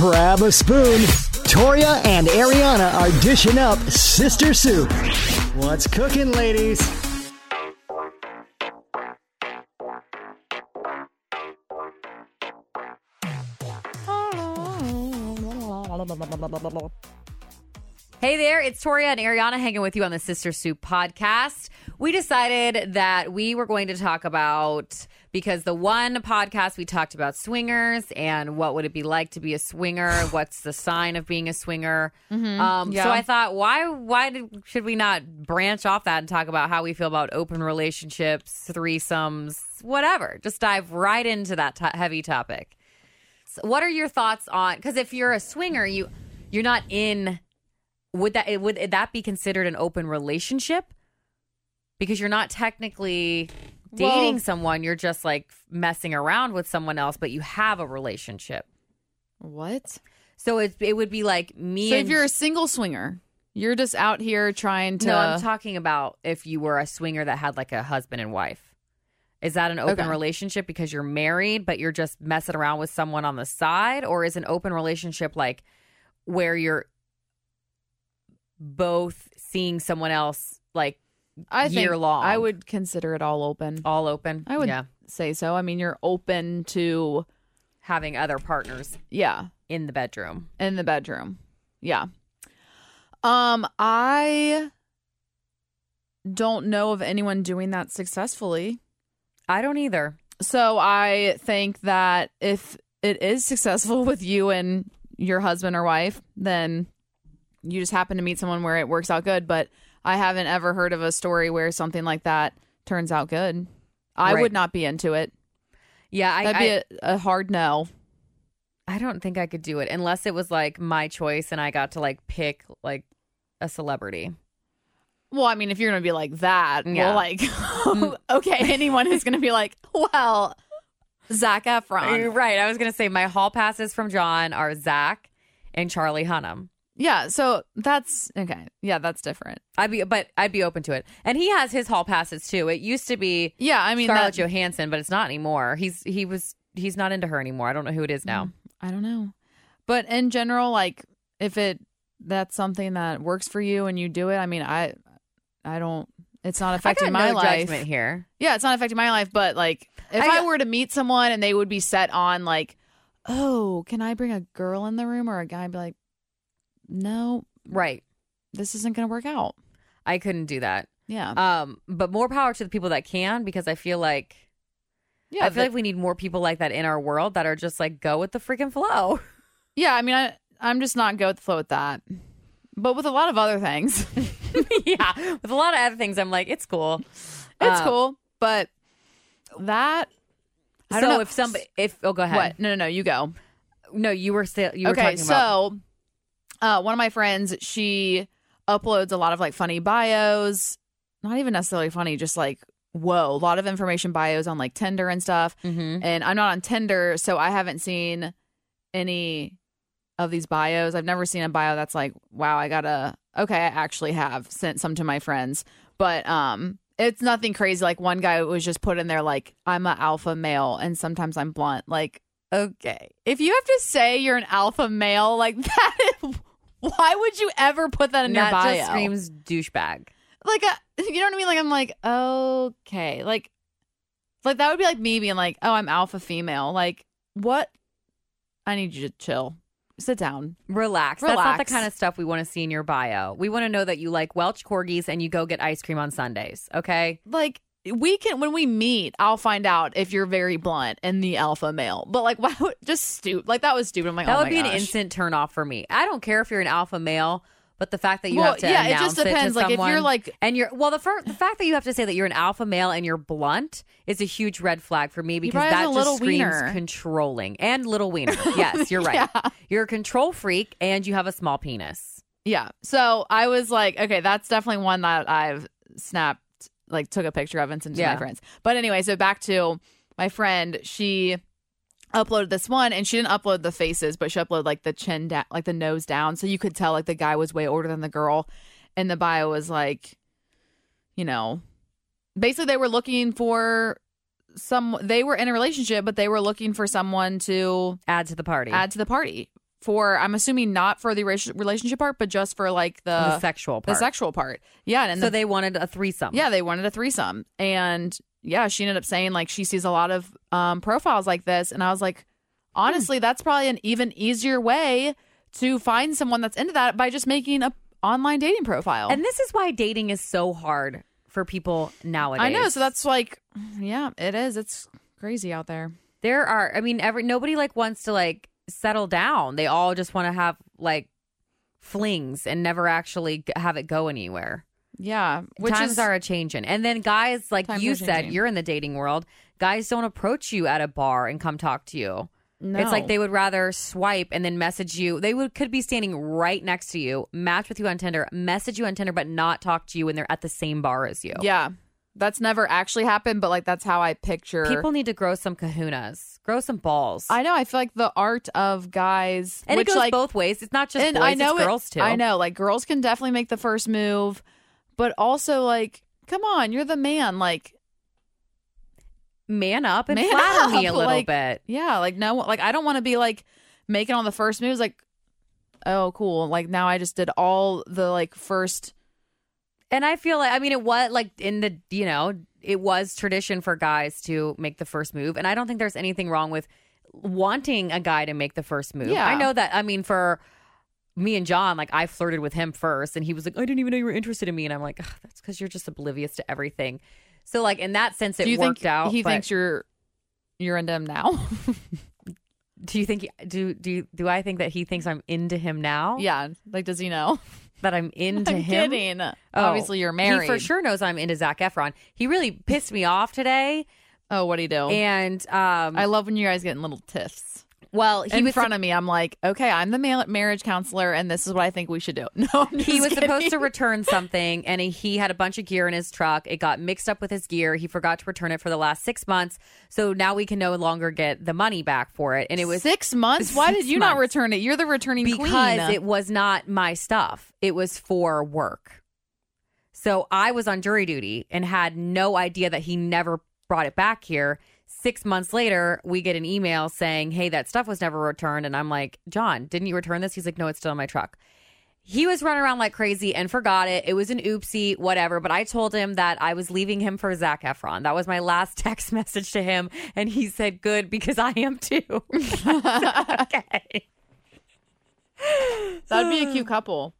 grab a spoon. Toria and Ariana are dishing up sister soup. What's cooking, ladies? Hey there, it's Toria and Ariana hanging with you on the Sister Soup podcast. We decided that we were going to talk about because the one podcast we talked about swingers and what would it be like to be a swinger? What's the sign of being a swinger? Um, So yeah. I thought, why why did, should we not branch off that and talk about how we feel about open relationships, threesomes, whatever? Just dive right into that to- heavy topic. So what are your thoughts on? Because if you're a swinger, you you're not in would that it- would that be considered an open relationship because you're not technically dating Well- someone you're just like messing around with someone else but you have a relationship What? So so it, it would be like me if and you're a single swinger, you're just out here trying to. no i'm talking about if you were a swinger that had like a husband and wife is that an open Okay. relationship because you're married but you're just messing around with someone on the side or is an open relationship like where you're both seeing someone else like I think year long. I would consider it all open. all open I would yeah say so. I mean, you're open to having other partners yeah in the bedroom. in the bedroom. Yeah. Um, I don't know of anyone doing that successfully. I don't either. So I think that if it is successful with you and your husband or wife, then you just happen to meet someone where it works out good. But I haven't ever heard of a story where something like that turns out good. I Right. would not be into it. Yeah, I, That'd I, be a a hard no. I don't think I could do it unless it was like my choice and I got to like pick like a celebrity. Well, I mean, if you're gonna be like that, Yeah. well, like, Mm. okay, anyone who's gonna be like, well, Zach Efron, Right. I was gonna say my hall passes from John are Zach and Charlie Hunnam. yeah. So that's okay. Yeah, that's different. I'd be, but I'd be open to it. And he has his hall passes too. It used to be Yeah, I mean, Scarlett that, Johansson, but it's not anymore. He's he was he's not into her anymore. I don't know who it is now. I don't know, but in general, like, if it that's something that works for you and you do it, I mean, I, I don't. It's not I got affecting my no life. judgment here. Yeah, it's not affecting my life, but like if I- I, were to meet someone and they would be set on like, oh, can I bring a girl in the room or a guy? I'd be like, no, Right. this isn't gonna work out. I couldn't do that. Yeah, Um, but more power to the people that can because I feel like yeah, I feel but- like we need more people like that in our world that are just like go with the freaking flow. yeah. I mean, I I'm just not go with the flow with that, but with a lot of other things, yeah, with a lot of other things, I'm like, it's cool. it's Uh, cool. But that I don't so know. if somebody, if oh, go ahead. what? No, no, no. You go. No, you were still you were okay, talking about. so uh, one of my friends, she uploads a lot of like funny bios, not even necessarily funny, just like whoa, a lot of information bios on like Tinder and stuff. Mhm. And I'm not on Tinder, so I haven't seen any of these bios. I've never seen a bio that's like, wow, I gotta okay, I actually have sent some to my friends. But um it's nothing crazy. Like one guy was just put in there like, I'm an alpha male and sometimes I'm blunt. Like, okay. If you have to say you're an alpha male, like that is why would you ever put that in your that bio? just screams douchebag. like uh, you know what I mean? Like I'm like, okay, like like that would be like me being like, oh, I'm alpha female. Like what? I need you to chill, sit down. Relax. That's not the Relax. kind of stuff we want to see in your bio. We want to know that you like Welch corgis and you go get ice cream on Sundays. Okay. Like we can when we meet, I'll find out if you're very blunt and the alpha male. But like, why would just stupid? Like that was stupid. I'm like, That oh would my be an gosh. instant turn off for me. I don't care if you're an alpha male, but the fact that you Well, have to yeah, it announce just depends. to like if you're someone- like, And you're well. The, fir- the fact that you have to say that you're an alpha male and you're blunt is a huge red flag for me because probably have that a just little screams wiener. controlling and little wiener. Yes, you're right. Yeah. You're a control freak and you have a small penis. yeah. So I was like, okay, that's definitely one that I've snapped, like took a picture of and sent to Yeah. my friends. But anyway, so back to my friend, she uploaded this one and she didn't upload the faces, but she uploaded like the chin down, like the nose down. So you could tell like the guy was way older than the girl. And the bio was like, you know, basically they were looking for some, they were in a relationship, but they were looking for someone to Add to the party. add to the party for I'm assuming not for the raci- relationship part, but just for like the, the sexual the part. sexual part. Yeah, and so the, they wanted a threesome. yeah they wanted a threesome, and yeah, she ended up saying like she sees a lot of um, profiles like this, and I was like, honestly, that's probably an even easier way to find someone that's into that by just making a online dating profile. And this is why dating is so hard for people nowadays. I know, so that's like, yeah, it is. It's crazy out there. there are i mean every nobody like wants to like settle down they all just want to have like flings and never actually g- have it go anywhere Yeah, which times is are a changing and then guys like Times you are said changing. you're in the dating world guys don't approach you at a bar and come talk to you no. it's like they would rather swipe and then message you they would could be standing right next to you match with you on tinder message you on tinder but not talk to you when they're at the same bar as you Yeah. That's never actually happened, but like that's how I picture people need to grow some kahunas grow some balls I know, I feel like the art of guys and which it goes like both ways. It's not just and boys, I know it's it- girls too. I know, like girls can definitely make the first move, but also like come on, you're the man. Like man up and Man flatter up, me a little like- bit. yeah, like no like I don't want to be like making all the first moves like oh cool, like now I just did all the like first And I feel like I mean it was like in the you know it was tradition for guys to make the first move, and I don't think there's anything wrong with wanting a guy to make the first move. Yeah. I know that. I mean for. Me and John, like I flirted with him first, and he was like, "I didn't even know you were interested in me," and I'm like, "Ugh, "That's because you're just oblivious to everything." So, like in that sense, it Do you worked think out. he but thinks you're you're into him now? do you think he- do do you- do I think that he thinks I'm into him now? yeah. Like does he know? that I'm into I'm him. kidding. Oh, Obviously you're married. He for sure knows I'm into Zach Efron. He really pissed me off today, Oh, what do you do? and um, I love when you guys get in little tiffs. well, he in was front of me, I'm like, okay, I'm the ma- marriage counselor, and this is what I think we should do. No, I'm just he was kidding. supposed to return something, and he had a bunch of gear in his truck. It got mixed up with his gear. He forgot to return it for the last six months, so now we can no longer get the money back for it. And it was six months. Why Six did you not months. return it? You're the returning because queen. it was not my stuff. It was for work. So I was on jury duty and had no idea that he never brought it back here. Six months later, we get an email saying, Hey, that stuff was never returned. And I'm like, John, didn't you return this? He's like, No, it's still in my truck. He was running around like crazy and forgot it. It was an oopsie, whatever. But I told him that I was leaving him for Zach Efron. That was my last text message to him. And he said, Good, because I am too. okay. That'd be a cute couple,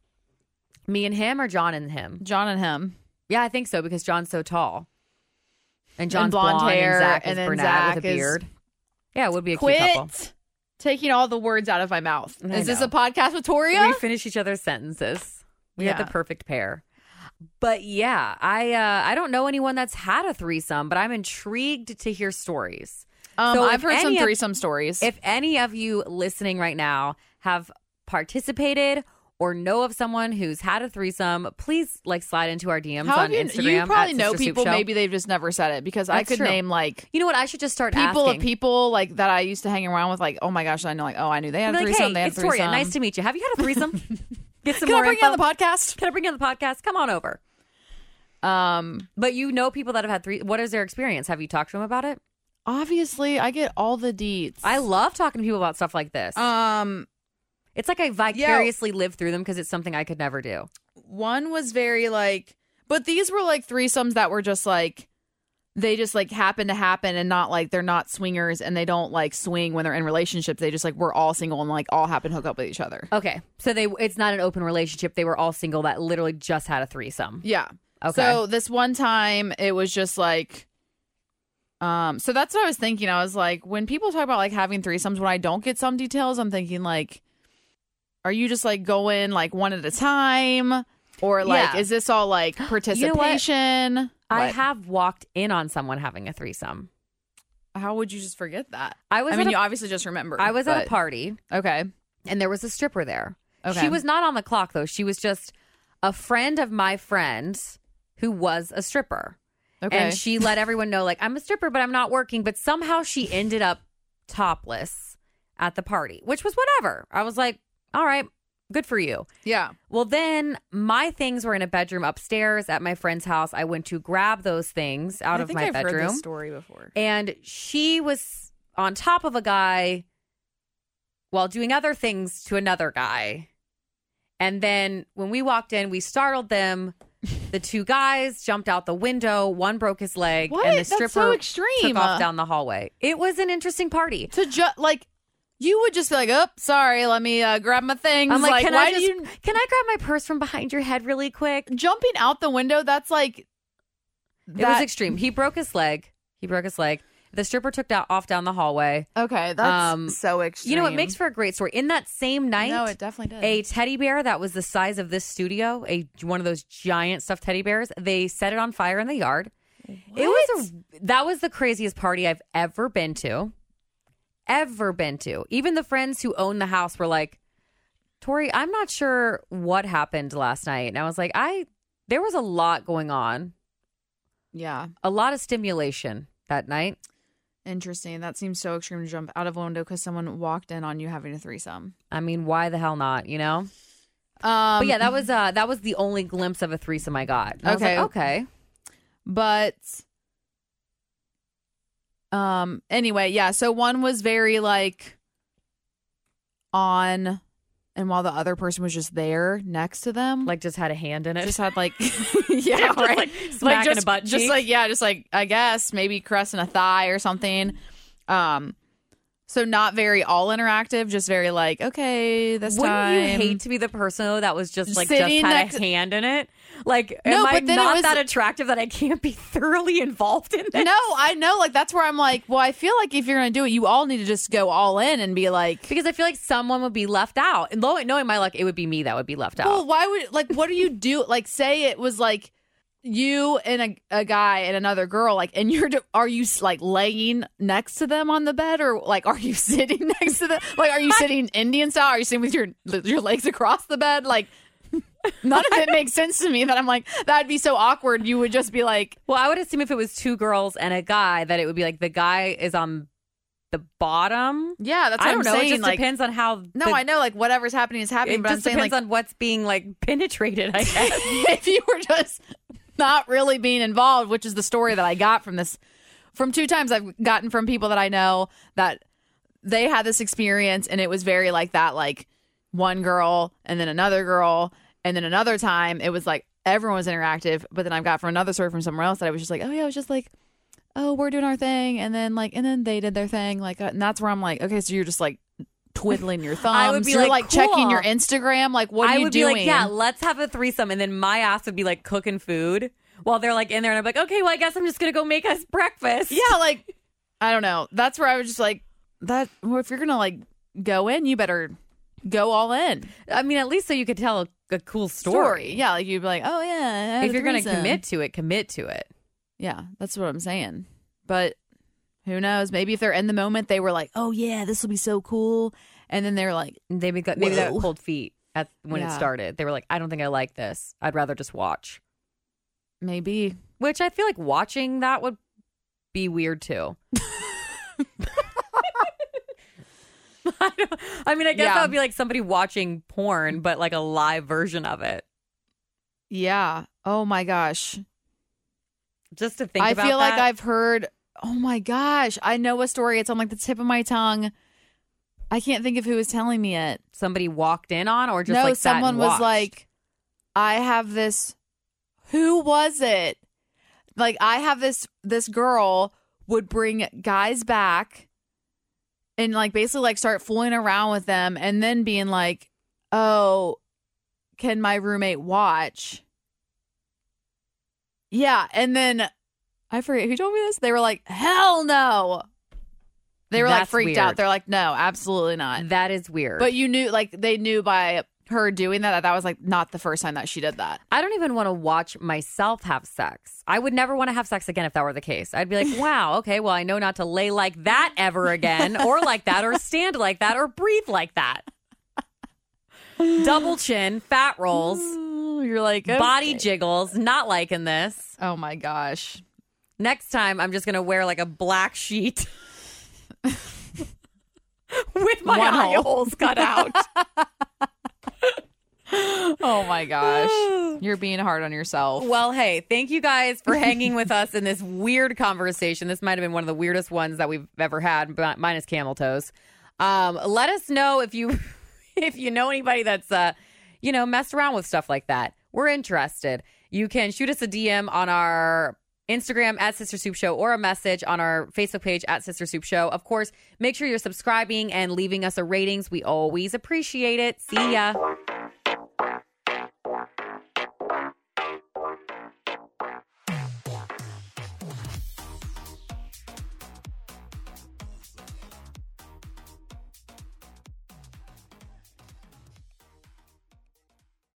Me and him or John and him? John and him. Yeah, I think so because John's so tall. And John's blonde blonde, hair, and Zach and is then brunette with Zach a is- beard. Yeah, it would be a cute couple. Quit taking all the words out of my mouth. I Is this know. a podcast with We Toria? finish each other's sentences. We had Yeah. the perfect pair. But yeah, I uh, I don't know anyone that's had a threesome, but I'm intrigued to hear stories. Um, So I've if heard some any of- threesome stories. If any of you listening right now have participated or know of someone who's had a threesome, please like slide into our DMs How have on you, Instagram. you probably at know Sister Soup people. Show. Maybe they've just never said it because I That's could true. name like You know what? I should just start people asking. of people like that I used to hang around with. Like, oh my gosh, I know. Like, oh, I knew they had Be a like, threesome. hey, they had it's a threesome. Toria. Nice to meet you. Have you had a threesome? Get some Can I more bring info. you on the podcast? Can I bring you on the podcast? Come on over. Um, But you know people that have had three. What is their experience? Have you talked to them about it? obviously, I get all the deets. I love talking to people about stuff like this. um, it's like I vicariously live through them because it's something I could never do. one was very like, but these were like threesomes that were just like, they just like happen to happen and not like they're not swingers and they don't like swing when they're in relationships. They just like we're all single and like all happen to hook up with each other. Okay, so they it's not an open relationship. They were all single that literally just had a threesome. Yeah. Okay. So this one time it was just like um so that's what I was thinking. I was like when people talk about like having threesomes when I don't get some details, I'm thinking like are you just like going like one at a time or like Yeah. is this all like know what? participation? I What? have walked in on someone having a threesome. How would you just forget that? I was I at mean, a- you obviously just remember. I was at but- a party Okay. and there was a stripper there. Okay. She was not on the clock though. She was just a friend of my friend who was a stripper. Okay. And she let everyone know like I'm a stripper but I'm not working, but somehow she ended up topless at the party, which was whatever. I was like, "All right, good for you." yeah. Well, then my things were in a bedroom upstairs at my friend's house. I went to grab those things out I of think my I've bedroom heard this story before. and she was on top of a guy while doing other things to another guy. And then when we walked in, we startled them. The two guys jumped out the window. One broke his leg, What? and the That's so stripper extreme. took off down the hallway. It was an interesting party. to just like you would just be like, "Oh, sorry, let me uh, grab my things." I'm like, can why I just, do you can I grab my purse from behind your head really quick? jumping out the window? That's like It that- was extreme. He broke his leg. He broke his leg. The stripper took that off down the hallway. okay. That's Um, so extreme. You know, it makes for a great story. In that same night, no, it definitely did. a teddy bear that was the size of this studio, a one of those giant stuffed teddy bears, they set it on fire in the yard. It was a that was the craziest party I've ever been to. Ever been to. Even the friends who own the house were like, Tori, I'm not sure what happened last night. And I was like, I there was a lot going on, yeah, a lot of stimulation that night. interesting. That seems so extreme to jump out of a window because someone walked in on you having a threesome. I mean, why the hell not, you know? Um, But yeah, that was uh that was the only glimpse of a threesome I got. And I was like, Okay. okay. but um anyway yeah so one was very like on and while the other person was just there next to them Like just had a hand in it. just had like yeah Just, right like, smacking just, a butt just cheek. like yeah just like i guess maybe caressing a thigh or something um so not very all interactive just very like okay this Wouldn't time you hate to be the person though that was just like Sitting just had next- a hand in it? Like, No, am I but then it not was- that attractive that I can't be thoroughly involved in this? no, I know. Like that's where I'm like, well, I feel like if you're gonna do it, you all need to just go all in and be like, Because I feel like someone would be left out. And lo- knowing my luck, it would be me that would be left out. Well, why would like what do you do? Like, say it was like you and a, a guy and another girl, like, and you're do- are you like laying next to them on the bed, or like are you sitting next to them? Like, are you sitting Indian style? Are you sitting with your your legs across the bed? Like, none of it makes sense to me. That I'm like that'd be so awkward. You would just be like, Well, I would assume if it was two girls and a guy, that it would be like the guy is on the bottom. yeah, that's what I don't am know. Saying. it just like, depends on how. No, the- I know. Like, whatever's happening is happening. It but I'm just saying, depends like, on what's being like penetrated. I guess. if you were just not really being involved, which is the story that I got from this from two times I've gotten from people that I know that they had this experience and it was very like that like one girl and then another girl and then another time it was like everyone was interactive but then I've got from another story from somewhere else that I was just like oh yeah I was just like oh we're doing our thing and then like and then they did their thing like uh, and that's where I'm like okay so you're just like twiddling your thumbs I would be you're like, like checking cool. your Instagram like what are I you would doing be like, yeah, let's have a threesome, and then my ass would be like cooking food while they're like in there, and I'm like, okay, well, I guess I'm just gonna go make us breakfast. yeah, like I don't know. That's where I was just like that. Well, if you're gonna like go in, you better go all in. I mean, at least so you could tell a, a cool story. yeah. Like you'd be like, oh yeah. I had If a you're gonna threesome. commit to it, commit to it. yeah, that's what I'm saying. But who knows? Maybe if they're in the moment, they were like, oh yeah, this will be so cool, and then they're like, They got maybe they Whoa. got cold feet at when it Yeah. started. They were like, I don't think I like this. I'd rather just watch. maybe Which I feel like watching that would be weird too. I, don't, I mean, I guess Yeah. that would be like somebody watching porn, but like a live version of it. yeah. Oh my gosh. Just to think I about feel like that. I've heard. Oh my gosh, I know a story. It's on like the tip of my tongue. I can't think of who was telling me it. somebody walked in on or just no, like sat and someone was watched? like, I have this. Who was it? Like, I have this. This girl would bring guys back, and like basically like start fooling around with them, and then being like, "Oh, can my roommate watch?" Yeah, and then I forget who told me this. They were like, "Hell no." They were like That's freaked out. weird. They're like, "No, absolutely not." that is weird. But you knew, like, they knew by her doing that that that was like not the first time that she did that. I don't even want to watch myself have sex. I would never want to have sex again if that were the case. I'd be like, wow, okay, well, I know not to lay like that ever again, or like that, or stand like that, or breathe like that. Double chin, fat rolls, You're like body jiggles, not liking this. Oh my gosh. Next time, I'm just going to wear like a black sheet with my One eye hole. holes cut out. Oh my gosh. You're being hard on yourself. Well, hey, thank you guys for hanging with us in this weird conversation. This might have been one of the weirdest ones that we've ever had, mi- minus camel toes. Um, let us know if you if you know anybody that's uh, you know, messed around with stuff like that. We're interested. You can shoot us a DM on our Instagram at Sister Soup Show or a message on our Facebook page at Sister Soup Show. Of course, make sure you're subscribing and leaving us a ratings. We always appreciate it. See ya.